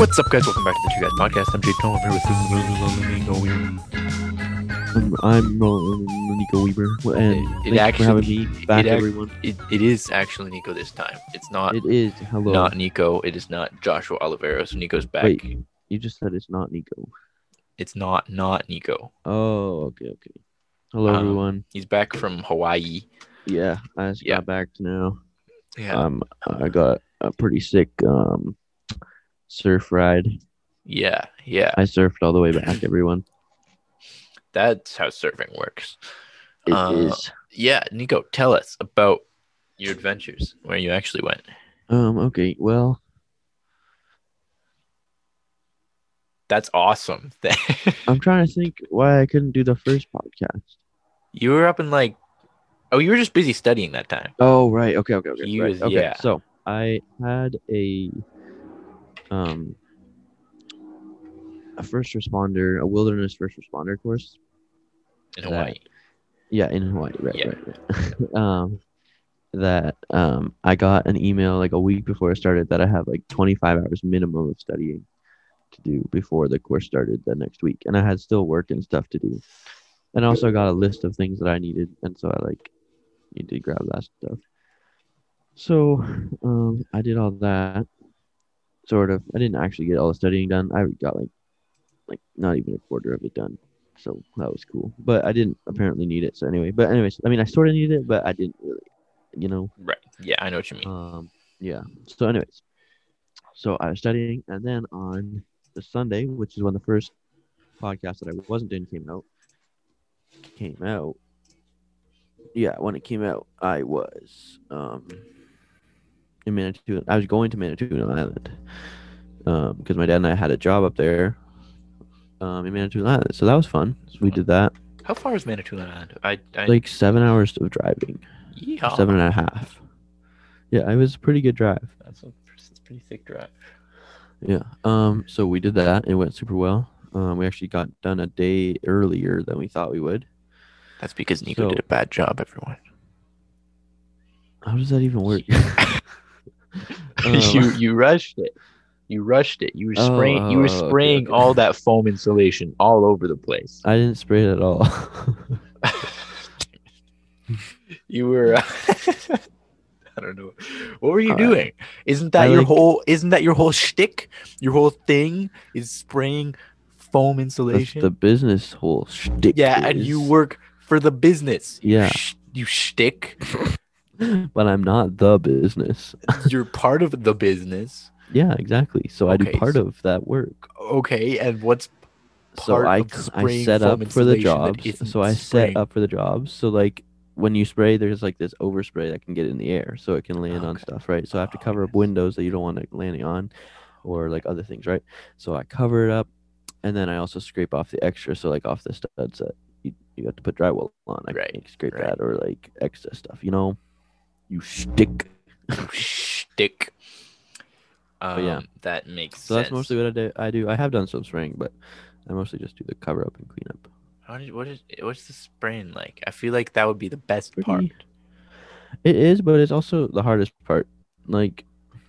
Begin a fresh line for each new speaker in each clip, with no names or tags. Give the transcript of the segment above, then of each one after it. What's up, guys? Welcome back to the Two Guys Podcast. I'm Jake Cohen. I'm here with Nico Weaver.
I'm, I'm Ro- Nico Weber, and
It- it
thank you for having
actually-
me back,
it ac-
everyone.
It, it is actually Nico this time. It's not
It is hello.
not Nico. It is not Joshua Olivero. So Nico's back.
Wait. You just said it's not Nico.
It's not not Nico.
Oh, okay, okay. Hello,
Um,
everyone.
He's back from Hawaii.
Yeah, I just
yeah.
got back to now.
Yeah.
Um, I got a pretty sick um surf ride.
yeah. Yeah.
I surfed all the way back, everyone.
That's how surfing works.
It is.
Uh, Yeah. Nico, tell us about your adventures, where you actually went.
Um. Okay. Well.
That's awesome.
I'm trying to think why I couldn't do the first podcast.
you were up in like, oh, you were just busy studying that time.
Oh right. Okay. Okay. Okay.
He
right,
was-
okay.
yeah.
So I had a um a first responder, a wilderness first responder course.
in
That-
Hawaii.
Yeah, in Hawaii. Right.
Yeah.
Right. right. um, that um I got an email like a week before it started that I have like 25 hours minimum of studying to do before the course started the next week, and I had still work and stuff to do, and I also got a list of things that I needed, and so I like needed to grab that stuff. So um, I did all that. Sort of. I didn't actually get all the studying done. I got like like not even a quarter of it done. So that was cool. But I didn't apparently need it. So anyway, but anyways, I mean I sort of needed it, but I didn't really, you know.
Right. Yeah, I know what you mean.
Um yeah. So anyways. So I was studying and then on the Sunday, which is when the first podcast that I wasn't in came out came out. Yeah, when it came out, I was um in Manitoulin. I was going to Manitoulin Island um because my dad and I had a job up there um in Manitoulin Island, so that was fun. So we did that
How far is Manitoulin Island? I, I
like seven hours of driving,
yeehaw.
seven and a half. Yeah, it was a pretty good drive.
That's a, that's a pretty thick drive.
Yeah. Um. So we did that. It went super well. Um. We actually got done a day earlier than we thought we would.
That's because Nico
So-
did a bad job, everyone.
How does that even work?
you
Um,
you rushed it. You rushed it. You were
Oh,
spraying you were
oh, okay,
spraying
okay.
all that foam insulation all over the place.
I didn't spray it at all.
you were uh, I don't know. What were you
Uh,
doing? Isn't that
I
your
like-
whole isn't that your whole shtick? Your whole thing is spraying foam
That's
insulation?
the business whole shtick.
yeah, and you
is.
work for the business. you
Yeah.
sh- you shtick.
but I'm not the business.
you're part of the business.
Yeah, exactly. So I
Okay,
do part
so-
of that work.
Okay, and what's
So
part
I
of
c- I
spraying
set
foam
up for the
insulation that isn't
jobs. So I
spraying?
set up for the jobs. So like when you spray, there's like this overspray that can get in the air, so it can land on
Okay.
stuff, right? So I have to
Oh,
cover up windows that you don't want it landing on, or like other things, right? So I cover it up, and then I also scrape off the extra, so like off the studs that you, you have to put drywall on. I
Right,
can scrape
right.
that, or like extra stuff, you know. You shtick.
shtick? Um,
yeah.
that makes
So
sense.
that's mostly what I do. I do. I have done some spraying, but I mostly just do the cover up and clean up.
How did, what is what's the spraying like? I feel like that would be the best part.
Pretty- It is, but it's also the hardest part. Like,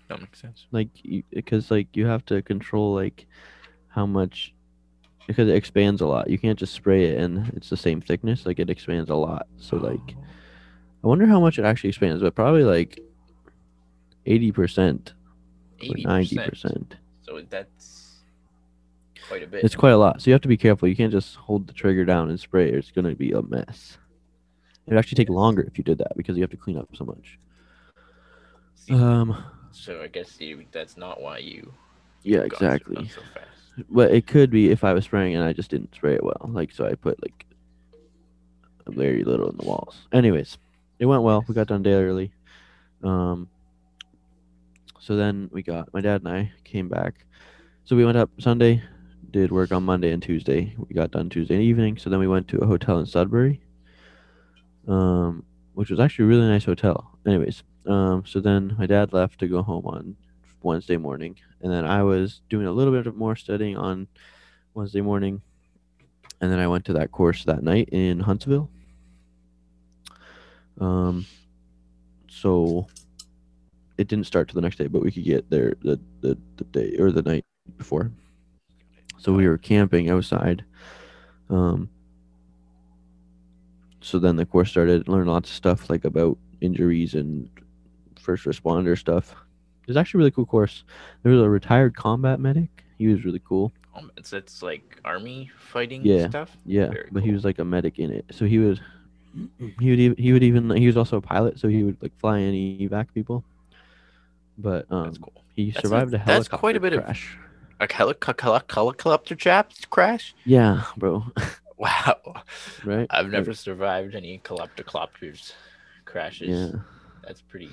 That makes sense.
like, because like you have to control like how much, because it expands a lot. You can't just spray it and it's the same thickness. Like it expands a lot. So like, I wonder how much it actually expands, but probably like eighty percent or ninety
80%.
percent.
So that's quite a bit.
It's quite a lot. So you have to be careful. You can't just hold the trigger down and spray. Or it's gonna be a mess. It would actually take longer if you did that because you have to clean up so much. Um,
so I guess you, that's not why you.
yeah,
got so- got
exactly.
So fast.
But it could be if I was spraying and I just didn't spray it well. Like so I put like very little in the walls. Anyways, it went well. We got done day early. Um so then we got my dad and I came back. So we went up Sunday, did work on Monday and Tuesday. We got done Tuesday evening, so then we went to a hotel in Sudbury. Um which was actually a really nice hotel. Anyways, um so then my dad left to go home on Wednesday morning and then I was doing a little bit of more studying on Wednesday morning, and then I went to that course that night in Huntsville. Um, so it didn't start till the next day, but we could get there the the, the day or the night before. So we were camping outside. Um, so then the course started, learned lots of stuff like about injuries and first responder stuff. It was actually a really cool course. There was a retired combat medic. He was really cool.
Um, it's it's like army fighting
Yeah.
stuff.
Yeah,
Very
but he
cool.
was like a medic in it. So he would, he would, ev- he would even he was also a pilot. So he would like fly any evac people. But um,
That's cool.
he
That's a-
survived a
that's
helicopter
quite a bit of-
crash.
A helicopter helicopter chap crash.
Yeah, bro.
Wow,
right.
I've never
Like,
survived any helicopters crashes.
Yeah.
That's pretty.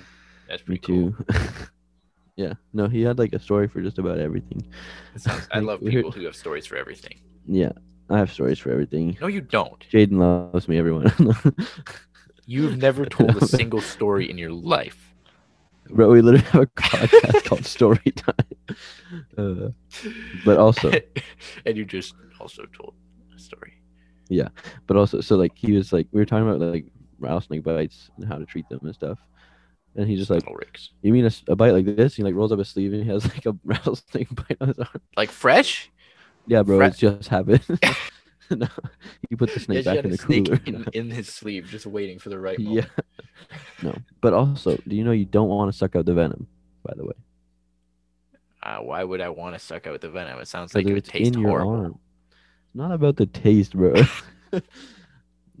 That's
Me
pretty cool.
too. yeah. No, he had like a story for just about everything.
It sounds- I
Like,
love
we're-
people who have stories for everything.
Yeah. I have stories for everything.
No, you don't.
Jaden loves me, everyone.
You've never told a single story in your life.
Bro, we literally have a podcast called Story Time. Uh, but also,
and you just also told a story.
but also, so like he was like, we were talking about like rattlesnake bites and how to treat them and stuff. And he's just like,
Little Ricks.
you mean a, s- a bite like this? He like rolls up his sleeve and he has like a rattlesnake bite on his arm.
Like fresh?
Yeah, bro,
Fra-
it's just habit. no, he put the snake
Yeah, she
back
had
in
a
the
snake
cooler.
in, in his sleeve, just waiting for the right moment.
yeah. No, but also, do you know you don't want to suck out the venom? By the way,
Uh, why would I want to suck out the venom? It sounds
'Cause
like it would
it's
taste
in your
horrible.
arm. It's not about the taste, bro.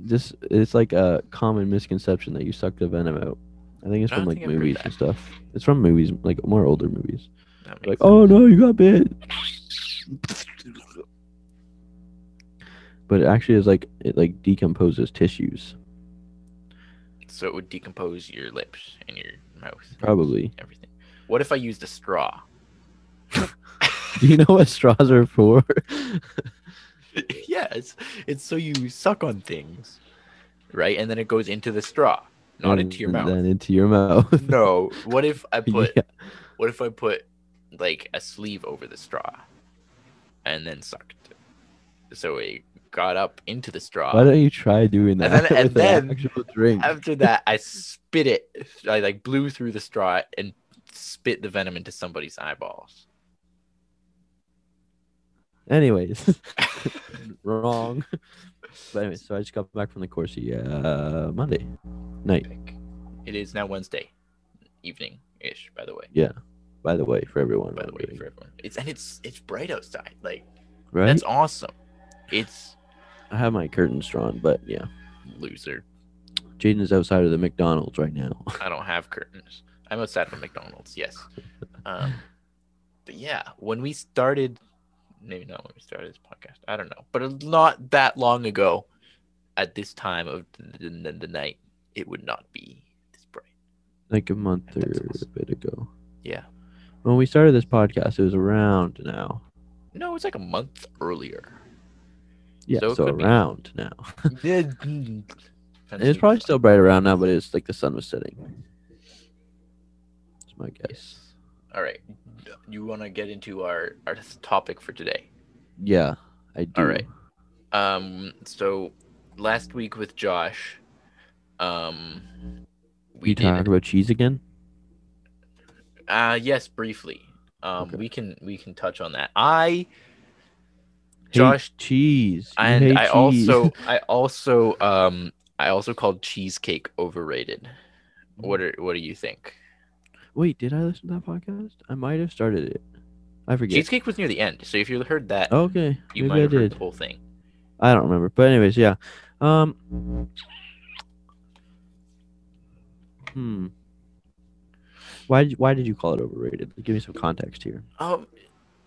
Just it's like a common misconception that you suck the venom out. I think it's
I
from
don't
like
think I've heard
movies
that.
and stuff. It's from movies, like more older movies.
That makes
Like, oh no, you got bit. But it actually is like it like decomposes tissues,
sense. So it would decompose your lips and your mouth,
probably.
everything. What if I used a straw?
Do you know what straws are for?
yeah, it's, it's so you suck on things, right? And then it goes into the straw, not into your
And
mouth.
Then into your mouth.
No. What if I put
yeah.
What if I put like a sleeve over the straw and then sucked? So it got up into the straw.
Why don't you try doing
And
that
then- and
with an
then-
actual drink?
After that, I spit it. I like blew through the straw and spit the venom into somebody's eyeballs.
Anyways, wrong. But anyway, so I just got back from the course uh, Monday night.
It is now Wednesday evening ish, by the way.
By the way, for everyone,
Oh, By the way,
wondering,
for everyone, it's and it's it's bright outside. Like
right?
that's awesome. It's
I have my curtains drawn, but yeah,
loser.
Jaden is outside of the McDonald's right now.
I don't have curtains. I'm outside of McDonald's. Yes. Um, but yeah, when we started, maybe not when we started this podcast. I don't know, but it's not that long ago, at this time of the, the, the night, it would not be this bright.
like a month
That's
or a
awesome.
bit ago.
Yeah.
When we started this podcast, it was around now.
No, it's like a month earlier.
Yeah,
So
so,
it could be.
around now. And it's
it's
probably still bright around now, but it's like the sun was setting. That's my guess.
All right. You want to get into our our topic for today?
Yeah, I do.
right. Um, so last week with Josh, um,
We
did-
talk about cheese again?
Uh yes, briefly. Um,
Okay.
we can we can touch on that. I
Hate
Josh
cheese. You
and
hate
I
cheese.
also I also um I also called cheesecake overrated. What are what do you think?
wait. Did I listen to that podcast? I might have started it. I forget.
Cheesecake was near the end, so if you heard that,
Okay,
you
maybe
might
I
have heard
did.
the whole thing.
I don't remember. But anyways, yeah. Um. Hmm. Why did Why did you call it overrated? Give me some context here.
Um,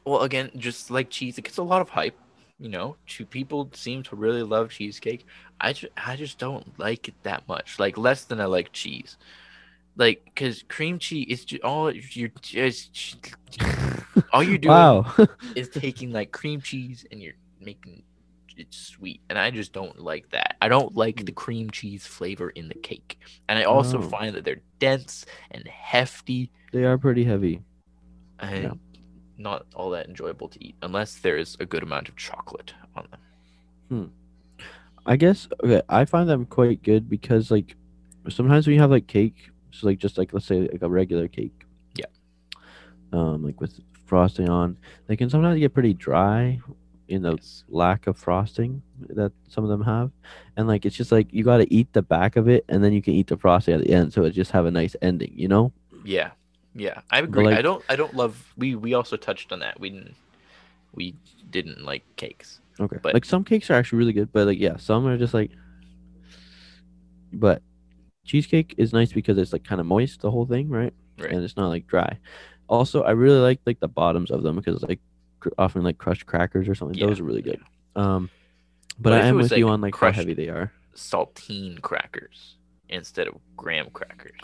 well, again, just like cheese, it gets a lot of hype. You know, two people seem to really love cheesecake. I just, I just don't like it that much. Like less than I like cheese. Like, cause cream cheese is just all you're just all you're doing
wow.
is taking like cream cheese and you're making it sweet, and I just don't like that. I don't like the cream cheese flavor in the cake, and I also
Mm. Oh.
find that they're dense and hefty
they are pretty heavy.
and
Yeah.
not all that enjoyable to eat unless there is a good amount of chocolate on them.
I guess okay, I find them quite good because like sometimes when you have like cake, so like just like let's say like a regular cake.
Yeah.
Um, like with frosting on. They can sometimes get pretty dry in the lack of frosting that some of them have. And like it's just like you got to eat the back of it and then you can eat the frosting at the end so it just have a nice ending, you know?
Yeah, yeah, I agree. I
like-
don't, I don't love. We we also touched on that. We didn't, we didn't like cakes.
Okay.
But-
like some cakes are actually really good, but like yeah, some are just like but cheesecake is nice because it's like kind of moist the whole thing, right?
Right.
And it's not like dry. Also, I really like like the bottoms of them because like cr- often like crushed crackers or something.
Yeah,
Those are really good. Um but
What if
I
it
am
was,
with you
like,
on like
crushed-
how heavy they are.
Saltine crackers instead of graham crackers.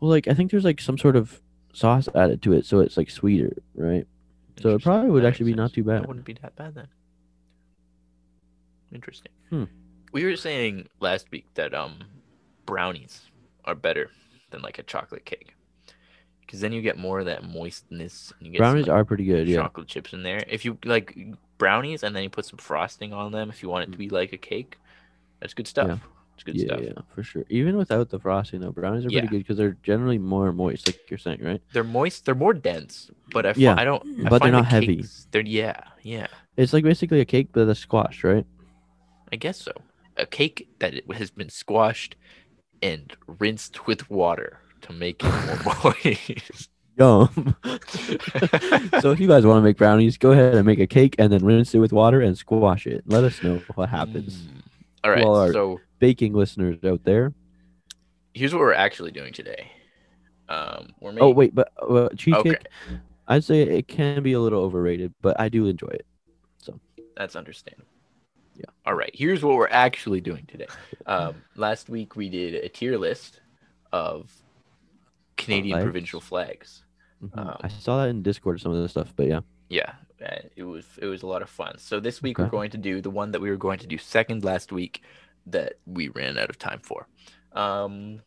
Well, like I think there's like some sort of sauce added to it, so it's like sweeter, right? So it
Interesting.
probably would
That
actually
makes
be not
sense.
too
That
bad.
wouldn't be that bad then. Interesting.
Hmm.
We were saying last week that um brownies are better than like a chocolate cake. Because then you get more of that moistness and you get some,
Brownies
like,
are pretty good, yeah.
chocolate chips in there. If you like brownies and then you put some frosting on them if you want it to be like a cake, that's good stuff. It's good
Hmm. yeah,
stuff.
yeah, for sure. Even without the frosting, though, brownies are
Yeah.
pretty good because they're generally more moist, like you're saying, right?
They're moist, they're more dense, but I, fi-
Yeah,
I don't I
but they're
find the
not heavy.
cakes- they're yeah, yeah.
It's like basically a cake, but a squash, right?
I guess so. A cake that it has been squashed and rinsed with water to make it more moist.
Yum. so if you guys want to make brownies, go ahead and make a cake and then rinse it with water and squash it. Let us know what happens.
Mm. All right.
Well, uh, our-
so
Baking listeners out there.
here's what we're actually doing today. Um, we're making.
Oh wait, but uh, cheesecake.
Okay,
I'd say it can be a little overrated, but I do enjoy it.
that's understandable.
Yeah.
All right. Here's what we're actually doing today. Um, last week we did a tier list of Canadian
Flags?
provincial flags.
Mhm.
Um,
I saw that in Discord some of the stuff, but yeah.
yeah uh, it was it was a lot of fun so this week we're
Okay.
going to do the one that we were going to do second last week that we ran out of time for um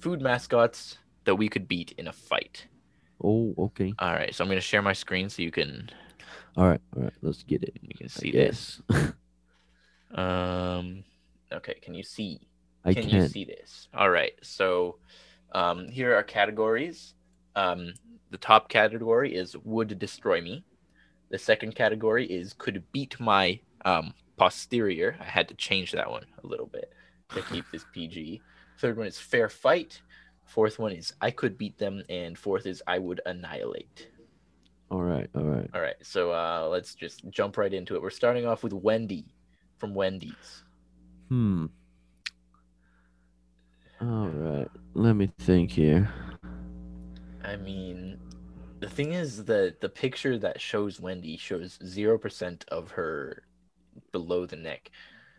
food mascots that we could beat in a fight
Oh, okay.
all right so i'm going to share my screen so you can
All right, all right. Let's get it.
you can
I
see this
guess.
um okay can you see
I
can you
can't.
see this? All right. So um, here are categories. Um, the top category is would destroy me. The second category is could beat my um, posterior. I had to change that one a little bit to keep this PG. Third one is fair fight. Fourth one is I could beat them, and fourth is I would annihilate.
All right, all right.
All right, so uh, let's just jump right into it. We're starting off with Wendy from Wendy's.
Hmm. All right. Let me think here.
I mean, the thing is that the picture that shows Wendy shows zero percent of her below the neck.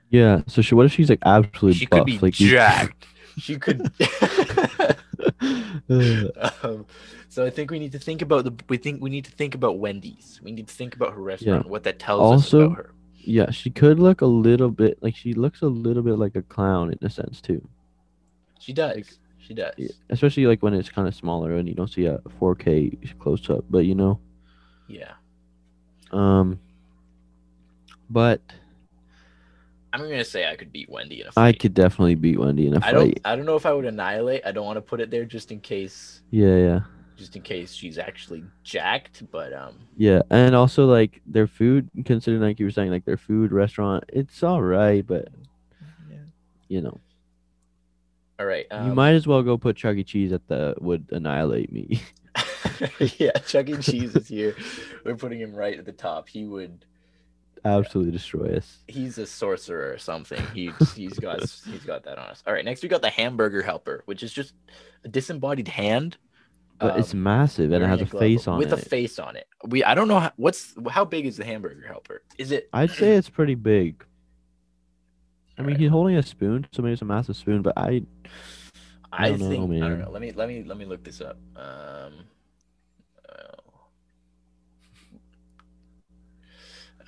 Yeah. So she, what if she's like absolutely
She
buff?
could be
like you-
jacked. She could.
Ugh,
um, so I think we need to think about the. We think we need to think about Wendy's. We need to think about her restaurant. What that tells us
Also-
about her.
yeah, she could look a little bit like she looks a little bit like a clown in a sense too.
She does. She does.
Yeah, Especially like when it's kind of smaller and you don't see a 4K close up, but you know.
Yeah.
Um. But
I'm gonna say I could beat Wendy in a
I
fight.
could definitely beat Wendy in a
I don't.
fight.
I don't know if I would annihilate. I don't want to put it there just in case.
Yeah, yeah,
Just in case she's actually jacked. But um.
yeah. And also like their food, considering like you were saying, like their food restaurant, it's all right, but
Yeah.
you know.
All right. Um,
you might as well go put Chuck E. Cheese at the would annihilate me.
yeah, Chuck E. Cheese is here. We're putting him right at the top. He would.
Absolutely destroy us.
He's a sorcerer or something. He he's got he's got that on us. All right. Next, we got the hamburger helper, which is just a disembodied hand.
But it's
um,
massive and it
wearing
has a
glove
face on
with
it.
a face on it. We I don't know how, what's how big is the hamburger helper. Is it?
I'd say it's pretty big. I mean,
Alright.
he's holding a spoon, so maybe it's a massive spoon. But I,
I,
I don't know,
think I don't
man.
know. Let me let me let me look this up. Um, oh.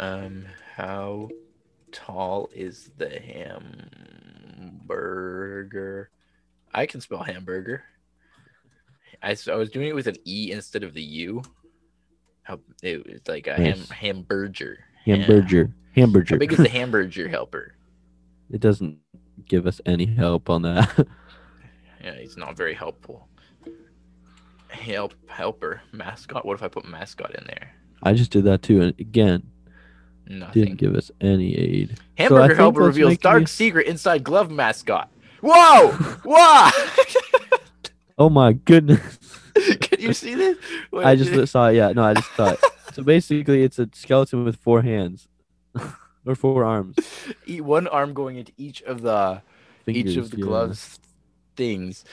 um how tall is the hamburger? I can spell hamburger. I, s- I was doing it with an e instead of the u. How it was like a ham,
Nice.
hamburger. Ham-
hamburger,
How
hamburger.
big is the hamburger helper?
it doesn't give us any help on that.
Yeah, he's not very helpful. help helper mascot. What if I put mascot in there?
I just did that too, and again, didn't
Nothing.
give us any aid. I
Hamburger
think
helper
that's
reveals
making
dark
me-
secret inside glove mascot. Whoa! Whoa!
Oh my goodness!
Can you see this? Wait,
I just li- saw it. Yeah, no, I just saw it. so basically, it's a skeleton with four hands or four arms.
eat E, one arm going into each of the each
fingers,
of the
yeah.
gloves things.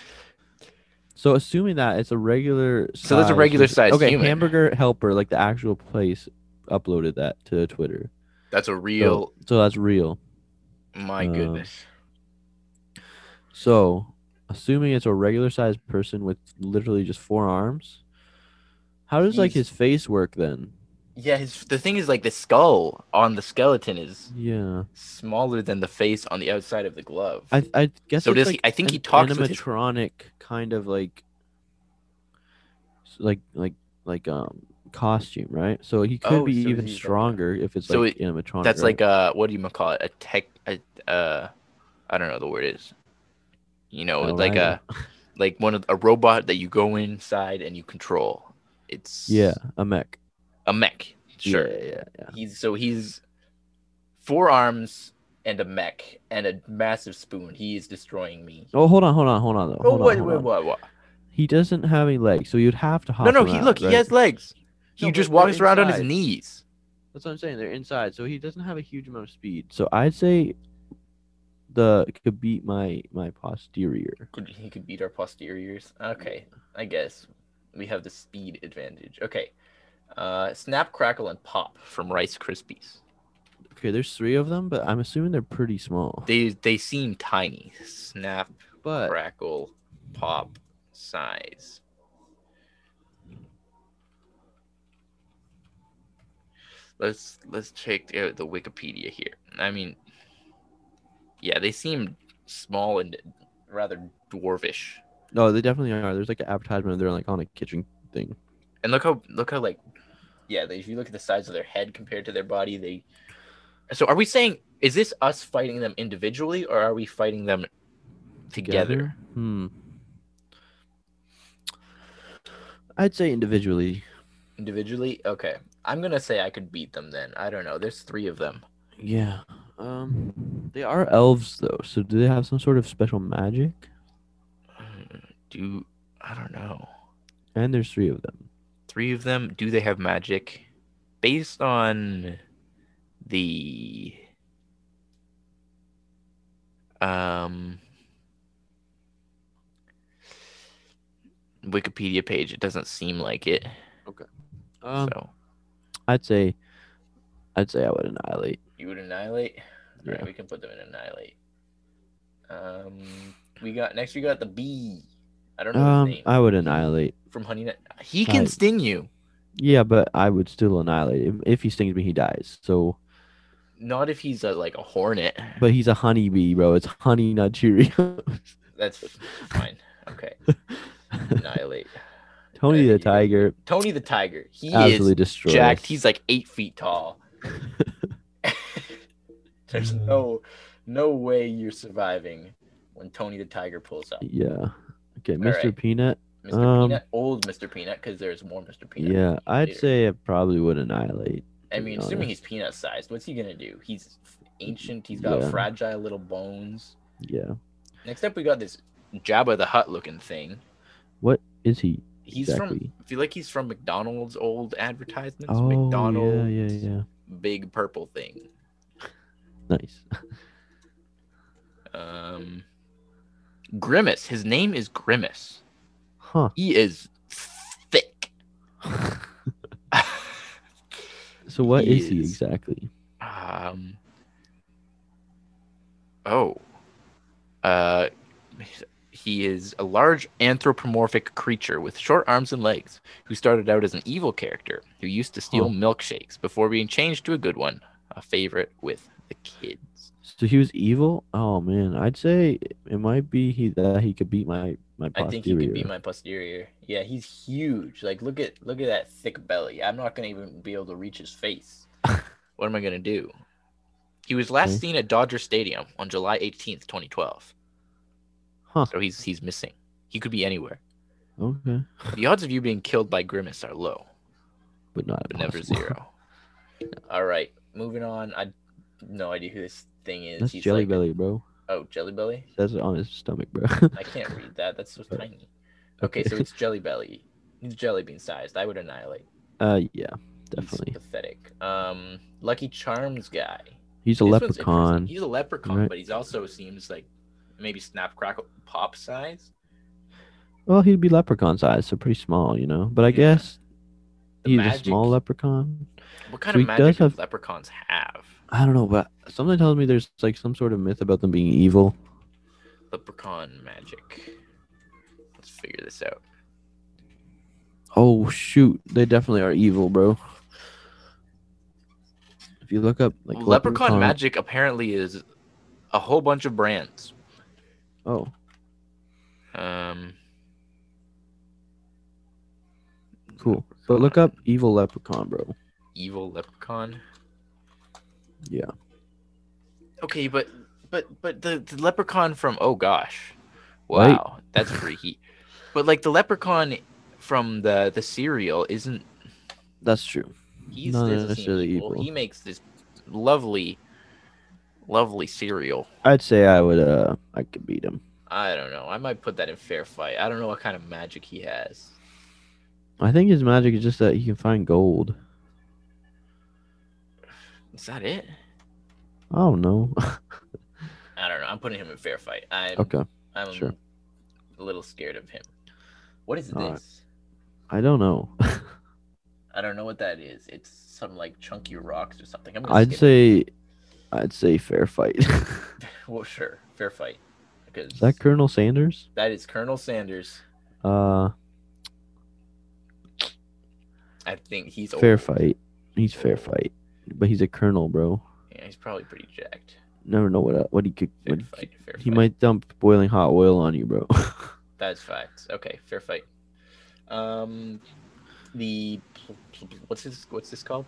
So assuming that it's a regular, size,
So that's a regular size
Okay,
human.
hamburger helper, like the actual place, uploaded that to Twitter.
That's a real.
So, so that's real.
my
uh,
goodness.
So assuming it's a regular sized person with literally just four arms, how does like
He's-
his face work then?
Yeah, his, the thing is like the skull on the skeleton is
Yeah,
smaller than the face on the outside of the glove.
I I guess
So
it's,
does
like
he- I think he
an
talks with his-
animatronic kind of like s- like like like um costume, right? So he could
Oh,
be
so
even
he's like a-
stronger if it's
So
like
it-
animatronic.
That's like
right?
a what do you call it? A tech. A, uh, I don't know what the word is. You know,
Oh,
like
I
a like one of a robot that you go inside and you control. It's
yeah, a mech.
a mech. Sure.
Yeah, yeah, yeah.
He's so he's four arms and a mech and a massive spoon. He is destroying me.
Oh, hold on, hold on, hold on. Though.
Oh
Hold on,
wait,
hold
wait,
on.
what, what?
He doesn't have any legs, so you'd have to hop.
No, no. He
around,
look.
right?
He has legs. He
No,
just
but they're
walks around on his
inside.
knees.
That's what I'm saying. They're inside, so he doesn't have a huge amount of speed. So I'd say the could beat my my posterior.
Could he could beat our posteriors? Okay, I guess we have the speed advantage. Okay, uh, snap, crackle, and pop from Rice Krispies.
Okay, there's three of them, but I'm assuming they're pretty small.
They they seem tiny. Snap,
but
crackle, pop, size. Let's let's check the, the Wikipedia here. I mean, yeah, they seem small and rather dwarfish.
no, they definitely are. There's like an advertisement. They're like on a kitchen thing.
And look how look how like yeah, they- if you look at the size of their head compared to their body, they So are we saying is this us fighting them individually or are we fighting them together?
Hmm. I'd say individually.
Individually? Okay. I'm going to say I could beat them then. I don't know. There's 3 of them.
Yeah. Um, they are elves though, so do they have some sort of special magic?
Mm, Do I don't know.
And there's three of them.
3 of them do they have magic based on the um Wikipedia page, it doesn't seem like it.
Um,
so
I'd say, I'd say I would annihilate.
you would annihilate. All right,
Yeah.
we can put them in annihilate. Um, we got next. We got the bee. I don't know his
Um,
name
I would annihilate.
from Honey Nut. He can
Right.
sting you.
Yeah, but I would still annihilate him. If he stings me, he dies. So,
Not if he's a, like a hornet.
but he's a honeybee, bro. It's honey nut Cheerios.
That's fine. Okay, annihilate.
Tony
Yeah,
the Tiger
Tony the tiger. He
absolutely
is
destroys.
jacked. He's like eight feet tall. There's
Mm-hmm.
no, no way you're surviving when Tony the tiger pulls up.
yeah. Okay, Mr.
Alright.
Peanut.
Mr.
Um,
Peanut, old Mr. Peanut, because there's more Mr. Peanut.
Yeah, I'd
later.
say it probably would annihilate.
I
to be
mean, assuming
honest.
he's peanut sized, what's he gonna do? He's ancient. He's got
Yeah.
fragile little bones.
Yeah.
Next up, we got this Jabba the Hutt looking thing.
What is he?
He's
exactly?
from. I feel like he's from McDonald's old advertisements.
Oh,
McDonald's
yeah, yeah, yeah.
big purple thing.
Nice.
Um, Grimace. His name is Grimace.
Huh.
He is thick.
So what is
He
he
is.
exactly?
Um. Oh. Uh, he is a large anthropomorphic creature with short arms and legs, who started out as an evil character who used to steal
Huh.
milkshakes before being changed to a good one, a favorite with the kids.
So he was evil? Oh man, I'd say it might be he that he could beat my my posterior.
I think he could be my posterior. Yeah, he's huge. Like, look at look at that thick belly. I'm not gonna even be able to reach his face. what am I gonna do? He was last
Okay.
seen at Dodger Stadium on July 18th, 2012.
Huh.
So he's he's missing. He could be anywhere.
Okay,
The odds of you being killed by Grimace are low,
but not
but never
impossible.
zero. All right, moving on. I no idea who this thing is.
That's
He's
Jelly
like-
Belly, bro.
Oh, Jelly Belly.
That's on his stomach, bro.
I can't read that. That's so tiny. Okay, so it's Jelly Belly. He's jelly bean sized. I would annihilate.
uh, yeah,
He's
definitely.
pathetic. Um, Lucky Charms guy.
He's a
This one's interesting.
leprechaun.
He's a leprechaun,
Right.
but he's also seems like maybe snap crackle pop size.
Well, he'd be leprechaun size, so pretty small, you know. But I
Yeah.
guess
The
he's
magic-
a small leprechaun.
What kind
So
of
he
magic
does
do
have-
leprechauns have?
I don't know, but something tells me there's like some sort of myth about them being evil.
Leprechaun magic. Let's figure this out.
Oh shoot, they definitely are evil, bro. If you look up like
leprechaun, magic apparently is a whole bunch of brands.
Oh,
Um,
cool. But look up evil leprechaun, bro.
evil leprechaun.
Yeah.
Okay, but but but the, the leprechaun from oh gosh,
Right?
wow, that's freaky. But like the leprechaun from the the cereal isn't
That's true.
he's
Not
doesn't seem
necessarily evil.
He makes this lovely, lovely cereal.
I'd say I would. Uh, I could beat him.
I don't know. I might put that in fair fight. I don't know what kind of magic he has.
I think his magic is just that he can find gold.
Is that it?
I don't know.
I don't know. I'm putting him in fair fight. I'm
okay.
I'm
sure.
a little scared of him. What is
All right.
this?
I don't know.
I don't know what that is. It's some like chunky rocks or something. I'm gonna
I'd
skip
say, I'd say fair fight. is
Well, sure, fair fight. Because
that Colonel Sanders?
that is Colonel Sanders.
Uh,
I think he's old.
fair fight. He's fair fight, but he's a colonel, bro.
Yeah, he's probably pretty jacked.
Never know what what he could.
Fair
What he,
fight. Fair
he
fight.
might dump boiling hot oil on you, bro.
That's facts. Okay, fair fight. Um, the pl- pl- pl- what's this? What's this called?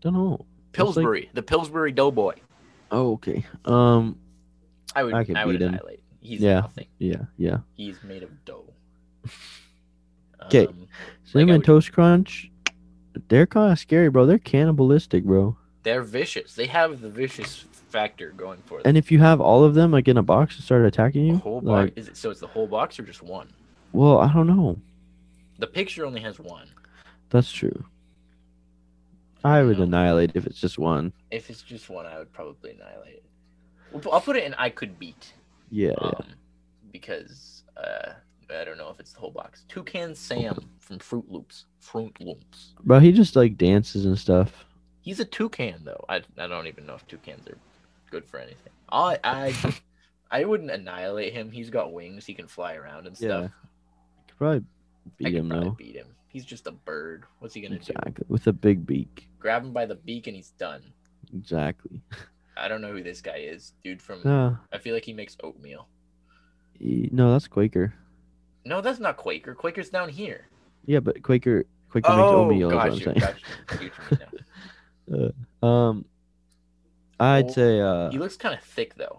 don't know. Looks like-
Pillsbury. The Pillsbury Doughboy.
oh, okay. Um,
I would.
I could
would
beat him.
annihilate. He's
Yeah.
nothing.
yeah, yeah.
He's made of dough.
'Kay.
Um,
Cinnamon
would-
toast crunch. They're kind of scary, bro. They're cannibalistic, bro.
they're vicious. They have the vicious factor going for them.
And if you have all of them like in a box and start attacking
The
you,
whole box.
like,
Is it, so it's the whole box or just one?
well, I don't know.
The picture only has one.
That's true. I would
Yeah.
annihilate if it's just one.
If it's just one, I would probably annihilate it. We'll pu- I'll put it in I could beat.
Yeah, yeah.
Um, Because uh, I don't know if it's the whole box. Toucan Sam from Fruit Loops. Fruit Loops.
Bro, he just like dances and stuff.
He's a toucan though. I, I don't even know if toucans are good for anything. I I I wouldn't annihilate him. He's got wings. He can fly around and stuff.
Could probably
I
beat
could
him
probably
though.
beat him. He's just a bird. What's he gonna do?
Exactly. With a big beak.
Grab him by the beak and he's done.
Exactly.
I don't know who this guy is. Dude from
No,
I feel like he makes oatmeal.
he- no, that's Quaker.
No, that's not Quaker. Quaker's down here.
Yeah, but Quaker Quaker makes oatmeal. is what I'm
gosh,
saying.
Oh, you got you.
Um, I'd
Well,
say uh,
He looks kind of thick though.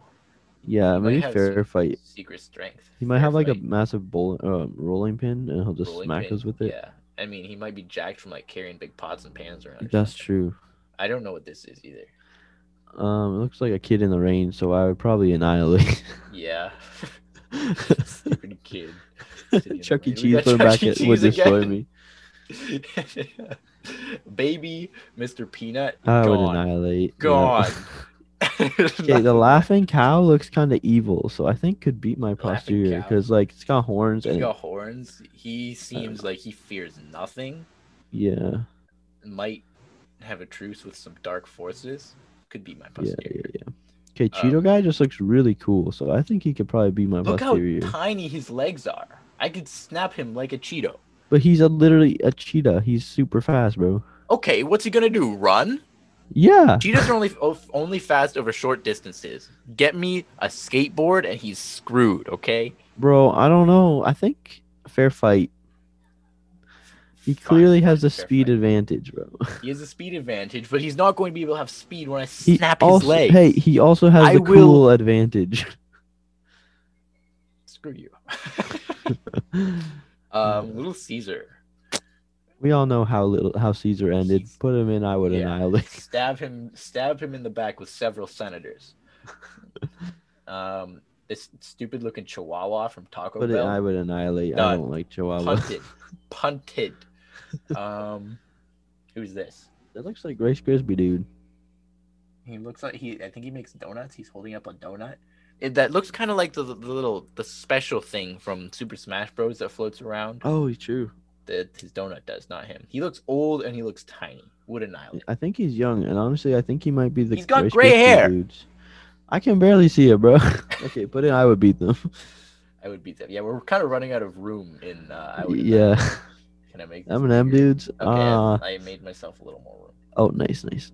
yeah,
he might
maybe
have
fair fight.
Secret strength.
He might
Fair
have like a
fight.
massive bowl, um, rolling pin, and he'll just
Rolling
smack
pin.
us with it.
Yeah, I mean he might be jacked from like carrying big pots and pans around. or
That's
something.
true.
I don't know what this is either.
Um, it looks like a kid in the rain, so I would probably annihilate.
Yeah. Stupid kid. Sitting in the
Chuck E.
rain. We
Cheese
got
going
Chuck
back
E.
it would
Cheese
destroy
again.
me.
Baby, Mr. Peanut,
I would
gone.
annihilate. yeah.
Gone.
Okay, the laughing cow looks kind of evil, so I think could beat my
Laughing
posterior
cow.
because like it's got horns
He's
and
got horns. He seems like he fears nothing.
yeah,
Might have a truce with some dark forces. Could be my
yeah, yeah,
posterior.
yeah. Okay, Cheeto
Um,
guy just looks really cool, so I think he could probably be my
Look
posterior.
how tiny his legs are. I could snap him like a Cheeto.
But he's a literally a cheetah. He's super fast, bro.
Okay, what's he gonna do? Run?
Yeah,
Cheetahs are only of- only fast over short distances. Get me a skateboard and he's screwed. Okay.
bro. I don't know. I think fair fight. He
Fine,
clearly has
fair
the speed
fight.
advantage, bro.
He has a speed advantage, but he's not going to be able to have speed when I
He
snap his
also,
leg.
hey, he also has
I
the
will-
cool advantage.
Screw you. um, Little Caesar.
we all know how little how Caesar ended. Put him in, I would
Yeah.
annihilate.
stab him stab him in the back with several senators um this stupid looking chihuahua from taco
Put it,
bell
I would annihilate. I
Done.
don't like Chihuahua.
punted punted um who's this
That looks like Grace Grisby, dude.
he looks like he i think he makes donuts he's holding up a donut it, that looks kind of like the, the little the special thing from super smash bros that floats around
Oh, he's true.
that his donut does not him he looks old and he looks tiny would annihilate
I think he's young, and honestly, I think he might be the.
He's got
Grace
gray
Grisby
hair.
Dudes. I can barely see it, bro. okay, put in, I would beat them.
i would beat them yeah we're kind of running out of room in uh I would
yeah,
Annihilate. can i make this
Eminem
bigger?
dudes.
Okay,
Uh,
I made myself a little more room.
oh, nice, nice.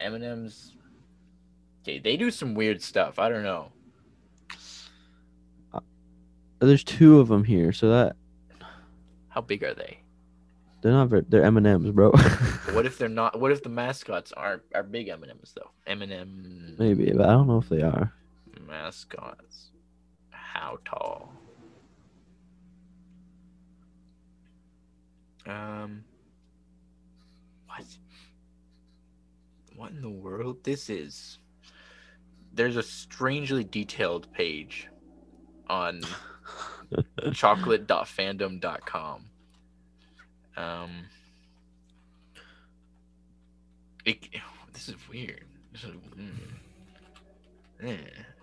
Eminem's. Okay, they do some weird stuff. I don't know.
There's two of them here, so that
How big are they?
they're not very, they're M and M's, bro.
What if they're not? What if the mascots aren't are big Eminems though? Eminem
Maybe, but I don't know if they are.
mascots. How tall? Um. What? What in the world? This is. There's a strangely detailed page on chocolate.fandom.com. Um, it, this is weird. This is, mm, Eh,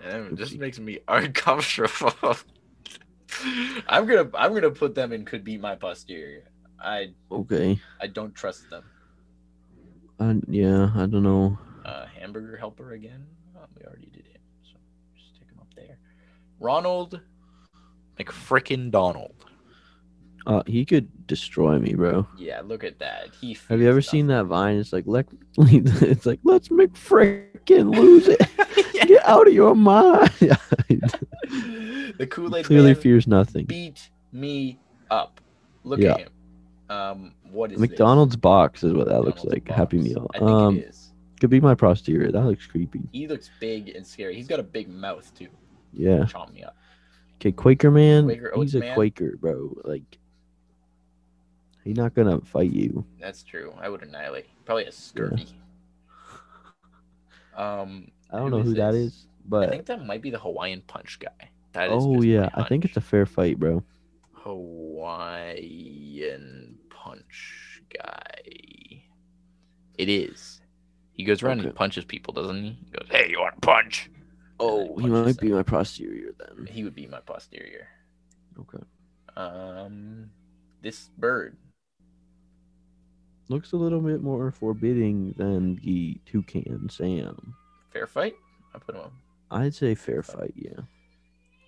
eh, this
Oopsie.
makes me uncomfortable. I'm gonna I'm gonna put them in could be my posterior. I
Okay.
I don't trust them.
Uh, yeah, I don't know.
Uh, hamburger helper again. Uh, we already did him, so just stick him up there. Ronald McFrickin Donald.
Uh, he could destroy me, bro.
Yeah, look at that. He.
Have you ever
feeds
seen that Vine? It's like let, it's like let's make frickin' lose it.
nothing.
Get out of your mind.
the Kool Aid
Clearly
Man
fears nothing.
beat me up. Look
Yeah.
at him. Um, what is this?
McDonald's box is what that looks like.
McDonald's
Happy
box.
meal.
I think
Um,
it is.
could be my posterior. That looks creepy.
He looks big and scary. He's got a big mouth too.
Yeah.
Chomp me up.
Okay, Quaker man.
Quaker Oats
he's a
man.
Quaker, bro. Like, he's not gonna fight you.
That's true. I would annihilate. Probably a scurvy. Um,
I don't
Who
know
is
who that
this?
is, but
I think that might be the Hawaiian Punch guy. That is.
oh
just my
yeah, I think
hunch.
it's a fair fight, bro.
Hawaiian Punch guy. It is. He goes around and
Okay.
punches people, doesn't he? He goes, "Hey, you want to punch?"
Oh, he
punches
might be
them.
my posterior then.
He would be my posterior.
Okay,
Um, this bird.
looks a little bit more forbidding than the toucan Sam.
Fair fight. I put him on.
I'd say fair fight, yeah.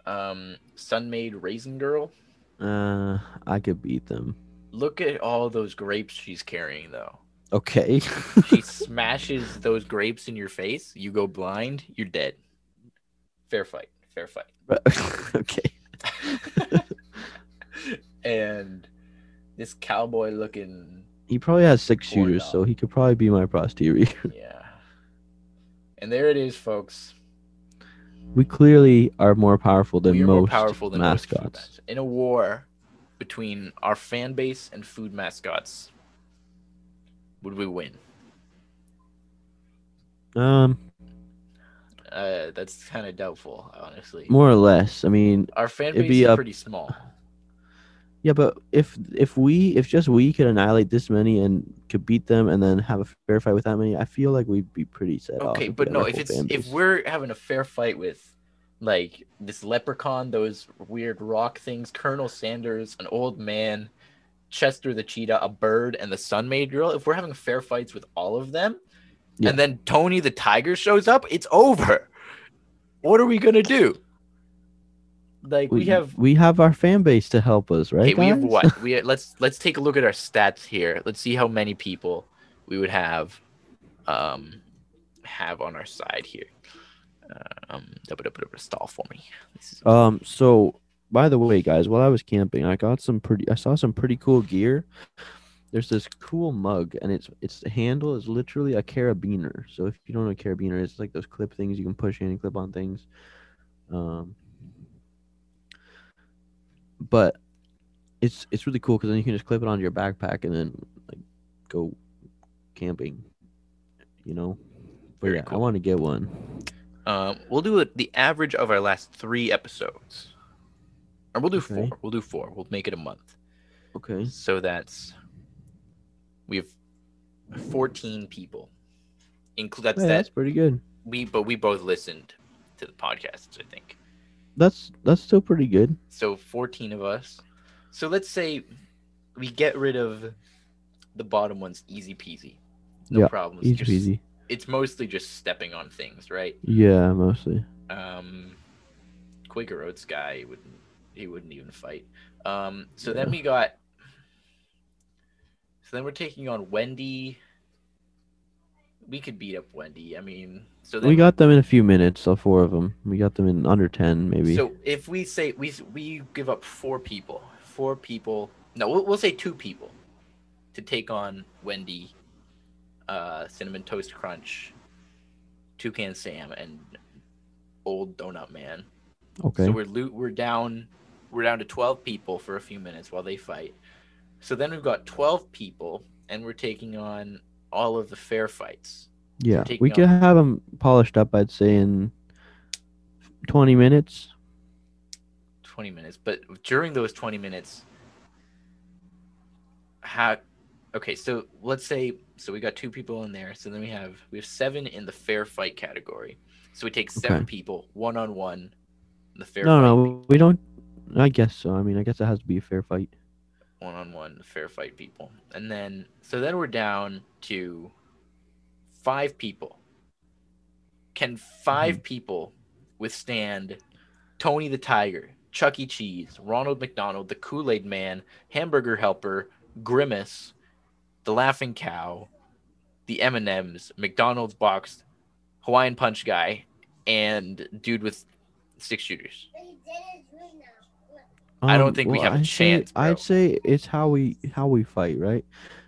Um, Sunmaid Raisin Girl.
Uh, I could beat them.
Look at all those grapes she's carrying, though.
Okay.
She smashes those grapes in your face. You go blind. You're dead. Fair fight. Fair fight.
okay.
and this cowboy looking
He probably has six
Or
shooters, so
not.
he could probably be my posterior.
yeah and there it is folks
We clearly are more powerful than
we are
most
more powerful than most food
mascots.
mas- in a war between our fan base and food mascots would we win
Um,
uh that's kind of doubtful honestly
more or less. I mean,
our fan
it'd
base
be
is
up-
pretty small
yeah, but if if we if just we could annihilate this many and could beat them and then have a fair fight with that many, I feel like we'd "Oh, be pretty set off.
okay
we
but
had
no
our
if
whole
it's
fan
if
base.
we're having a fair fight with like this leprechaun those weird rock things colonel sanders an old man chester the cheetah a bird and the sun maid girl if we're having fair fights with all of them
Yeah.
and then tony the tiger shows up it's over what are we gonna do like we, have
we have our fan base to help us,
Okay,
right?
we have
guys?
what? We let's let's take a look at our stats here. Let's see how many people we would have um have on our side here. Um double double double stall for me. This is
Um. So, by the way, guys, while I was camping, I got some pretty. I saw some pretty cool gear. There's this cool mug, and its its handle is literally a carabiner. So if you don't know what a carabiner is, it's like those clip things you can push in and clip on things. Um. but it's it's really cool because then you can just clip it onto your backpack and then like go camping. You know, but
Very
yeah, I
cool.
want to get one.
Um, we'll do it the average of our last three episodes, or we'll do
Okay. Hmm.
four. We'll do four. We'll make it a month.
Okay,
So that's we have fourteen people. Include that's
Yeah, that's
that
pretty good.
we, but we both listened to the podcasts. I think
That's that's still pretty good.
so. Fourteen of us. So let's say we get rid of the bottom ones, easy peasy. No
Yeah,
problems.
Easy
just,
peasy.
It's mostly just stepping on things, right?
Yeah, mostly.
um Quaker Oats guy wouldn't he wouldn't even fight. Um so then we got so then we're taking on Wendy. We could beat up Wendy. I mean, so then
We got them in a few minutes. All four of them. We got them in under ten, maybe.
so if we say we we give up four people, four people. No, we'll, we'll say two people to take on Wendy, uh, Cinnamon Toast Crunch, Toucan Sam, and Old Donut Man.
okay.
So we're lo- we're down we're down to 12 people for a few minutes while they fight. So then we've got 12 people and we're taking on all of the fair fights.
yeah,
taking
we could
on-
have them polished up. I'd say in twenty minutes.
20 minutes, but during those 20 minutes how Okay, so let's say so we got two people in there. So then we have we have seven in the fair fight category. So we take seven
Okay.
people one on one in the fair
No,
fight.
no, we don't. I guess so. I mean, I guess it has to be a fair fight.
one on one fair fight people. And then so then we're down to five people. Can 5
Mm-hmm.
people withstand Tony the Tiger, Chuck E. Cheese, Ronald McDonald, the Kool-Aid Man, Hamburger Helper, Grimace, the Laughing Cow, the M&Ms, McDonald's box, Hawaiian Punch guy, and dude with six shooters? I don't think we have a
Um, I'd say-
chance, bro.
I'd say it's how we how we fight, right?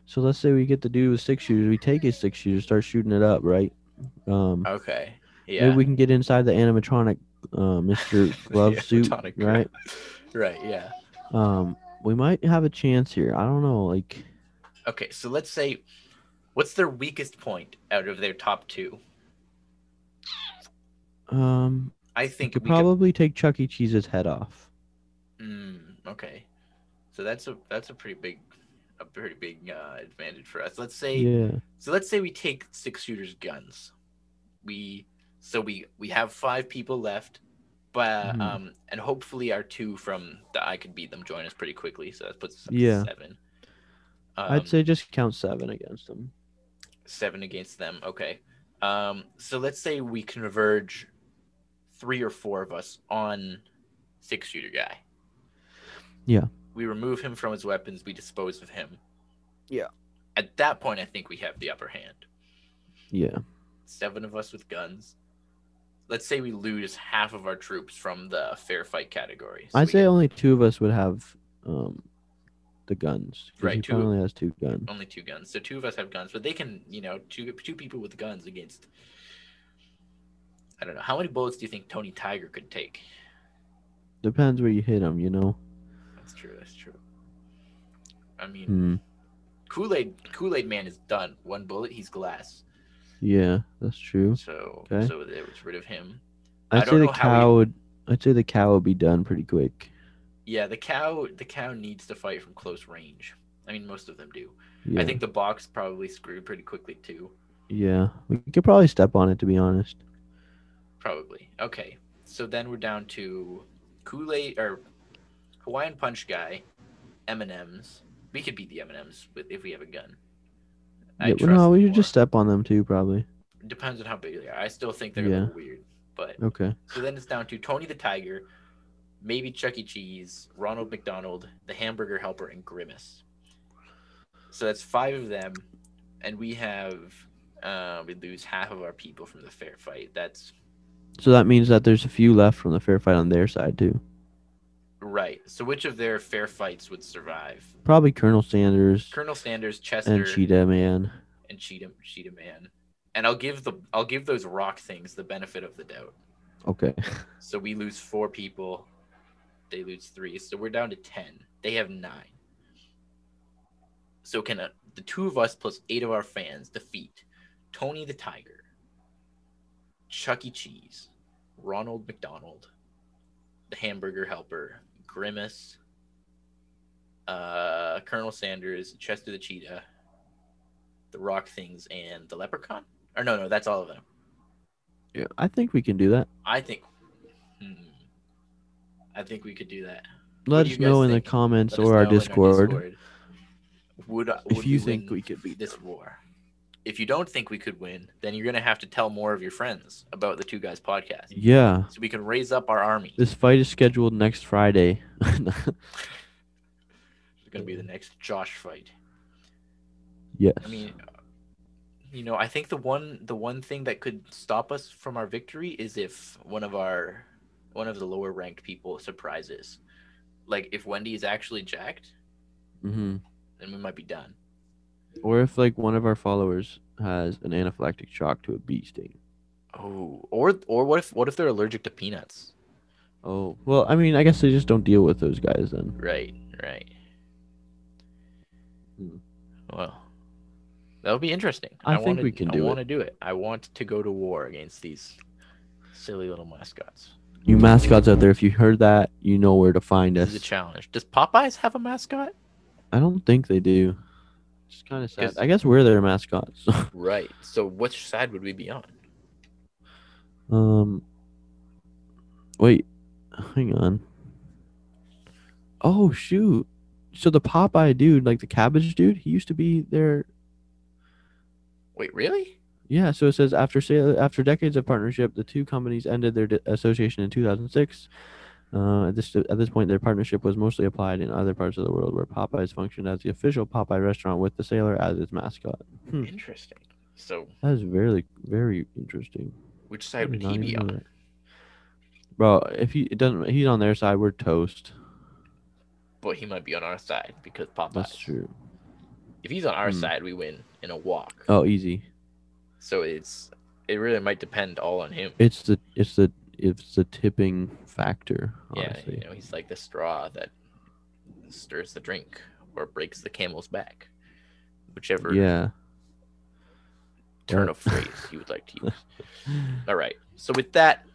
So let's say we get the dude with six shooters. We take his six shooters, start shooting it up, right? Um,
Okay.
maybe
Oh, Yeah.
we can get inside the animatronic, uh, Mister Glove
Yeah,
suit,
Tonic Glove.
right?
right, yeah.
Um, we might have a chance here. I don't know, like
Okay, so let's say, what's their weakest point out of their top two?
um,
I
we
think
could
we
probably take Chuck E. Cheese's head off.
Could, mm, okay, so that's a that's a pretty big, a pretty big uh, advantage for us. Let's say
Yeah,
so. Let's say we take six shooters guns. We so we we have five people left, but
Mhm.
um and hopefully our two from the I could beat them join us pretty quickly. So that puts us up
Yeah.
to seven. Um,
I'd say just count seven against him.
seven against them. Okay. Um, so let's say we converge three or four of us on six shooter guy.
Yeah.
We remove him from his weapons, we dispose of him.
Yeah.
At that point I think we have the upper hand.
Yeah,
Seven of us with guns. Let's say we lose half of our troops from the fair fight category. So
I'd
we
say
have
only two of us would have um, the guns. 'cause
Right,
he
two-
probably has two guns.
only two guns. So two of us have guns, but they can, you know, two two people with guns against I don't know. How many bullets do you think Tony Tiger could take?
Depends where you hit him, you know.
That's true. That's true. I mean,
Hmm.
Kool Aid Kool Aid Man is done. One bullet, he's glass.
Yeah, that's true.
So
Okay.
so they was rid of him. I
I'd
don't
say the
know how we-
cow would. I'd say the cow would be done pretty quick.
Yeah, the cow the cow needs to fight from close range. I mean, most of them do.
Yeah,
I think the box probably screwed pretty quickly too.
yeah. We could probably step on it to be honest.
Probably. Okay. So then we're down to Kool Aid or Hawaiian Punch guy, M and M's. We could beat the M and M's if we have a gun. I
Yeah, well,
trust
no, we
them
should just uh,
more.
step on them too, probably.
depends on how big they are. I still think they're a
Yeah.
little weird, but
Okay.
So then it's down to Tony the Tiger, maybe Chuck E. Cheese, Ronald McDonald, the Hamburger Helper, and Grimace. So that's five of them, and we have uh, we lose half of our people from the fair fight. That's
So that means that there's a few left from the fair fight on their side too.
right. So which of their fair fights would survive?
Probably Colonel Sanders
Colonel Sanders, Chester,
and Cheetah Man.
and Cheetah, Cheetah Man. And I'll give the I'll give those rock things the benefit of the doubt.
Okay.
So we lose four people. they lose three, so we're down to ten. They have nine. So can uh the two of us plus eight of our fans defeat Tony the Tiger, Chuck E. Cheese, Ronald McDonald, the Hamburger Helper, Grimace, uh, Colonel Sanders, Chester the Cheetah, the Rock Things, and the Leprechaun? Or no, no, that's all of them.
Yeah, I think we can do that.
I think, hmm, I think we could do that. What
Let
do
us
you guys
know in
think?
the comments
Let us
or our
know in
Discord,
Discord. Would,
if you
think
think we could beat
this war? If you don't think we could win, then you're gonna have to tell more of your friends about the Two Guys podcast,
Yeah,
so we can raise up our army.
this fight is scheduled next Friday.
It's gonna be the next Josh fight.
yes.
I mean, you know, I think the one the one thing that could stop us from our victory is if one of our one of the lower ranked people surprises. Like if Wendy is actually jacked,
hmm
then we might be done.
Or if like one of our followers has an anaphylactic shock to a bee sting.
Oh, or or what if what if they're allergic to peanuts?
Oh well, I mean, I guess they just don't deal with those guys then.
Right, right.
Hmm.
Well, that'll be interesting.
I think
wanna-
we can
I
do it.
want to do it. I want to go to war against these silly little mascots.
You mascots out there, if you heard that, you know where to find
This is a
us.
challenge. Does Popeyes have a mascot?
I don't think they do. It's kind of sad.
'Cause-
I guess we're their mascots.
Right. So which side would we be on?
um, wait, hang on. Oh shoot! So the Popeye dude, like the cabbage dude, he used to be there.
Wait, really?
Yeah. So it says after sale, after decades of partnership, the two companies ended their di- association in 2006. Uh, at this at this point, their partnership was mostly applied in other parts of the world, where Popeyes functioned as the official Popeye restaurant with the sailor as its mascot. Hmm.
Interesting. So
That is very very interesting.
which side
Did
would
not
he be
even know
on?
that. Bro, if he it doesn't, he's on their side. We're toast.
But he might be on our side because Popeyes.
That's true.
If he's on our
Hmm.
side, we win in a walk.
Oh, easy.
So it's it really might depend all on him.
It's the it's the it's the tipping factor.
yeah,
Honestly,
you know, he's like the straw that stirs the drink or breaks the camel's back, whichever
yeah.
turn of phrase you would like to use. All right. So with that,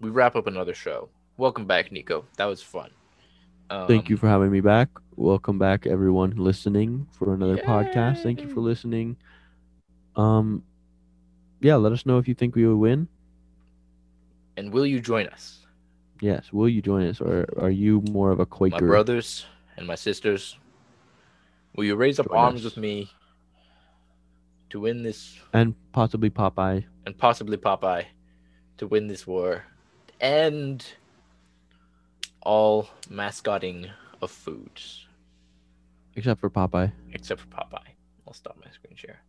we wrap up another show. Welcome back, Nico. That was fun. Um,
Thank you for having me back. Welcome back, everyone listening for another podcast. Thank you for
Yay.
listening. Um, yeah. Let us know if you think we would win.
And will you join us?
Yes. Will you join us, or are you more of a Quaker?
my brothers and my sisters. Will you raise up
Join
arms
us.
with me to win this,
and possibly Popeye.
and possibly Popeye, to win this war, and all mascoting of foods,
Except for Popeye.
except for Popeye. I'll stop my screen share.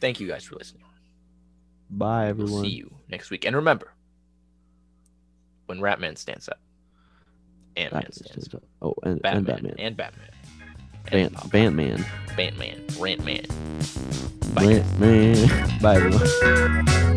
Thank you guys for listening.
Bye, everyone.
We'll see you next week. And remember, when Ratman stands up, Ant Man
Batman
stands up,
stands up. Oh, and,
Batman,
and Batman.
and Batman,
Ban-
Popeye.
Batman.
Batman, Rantman. Bye.
Batman. Bye, everyone.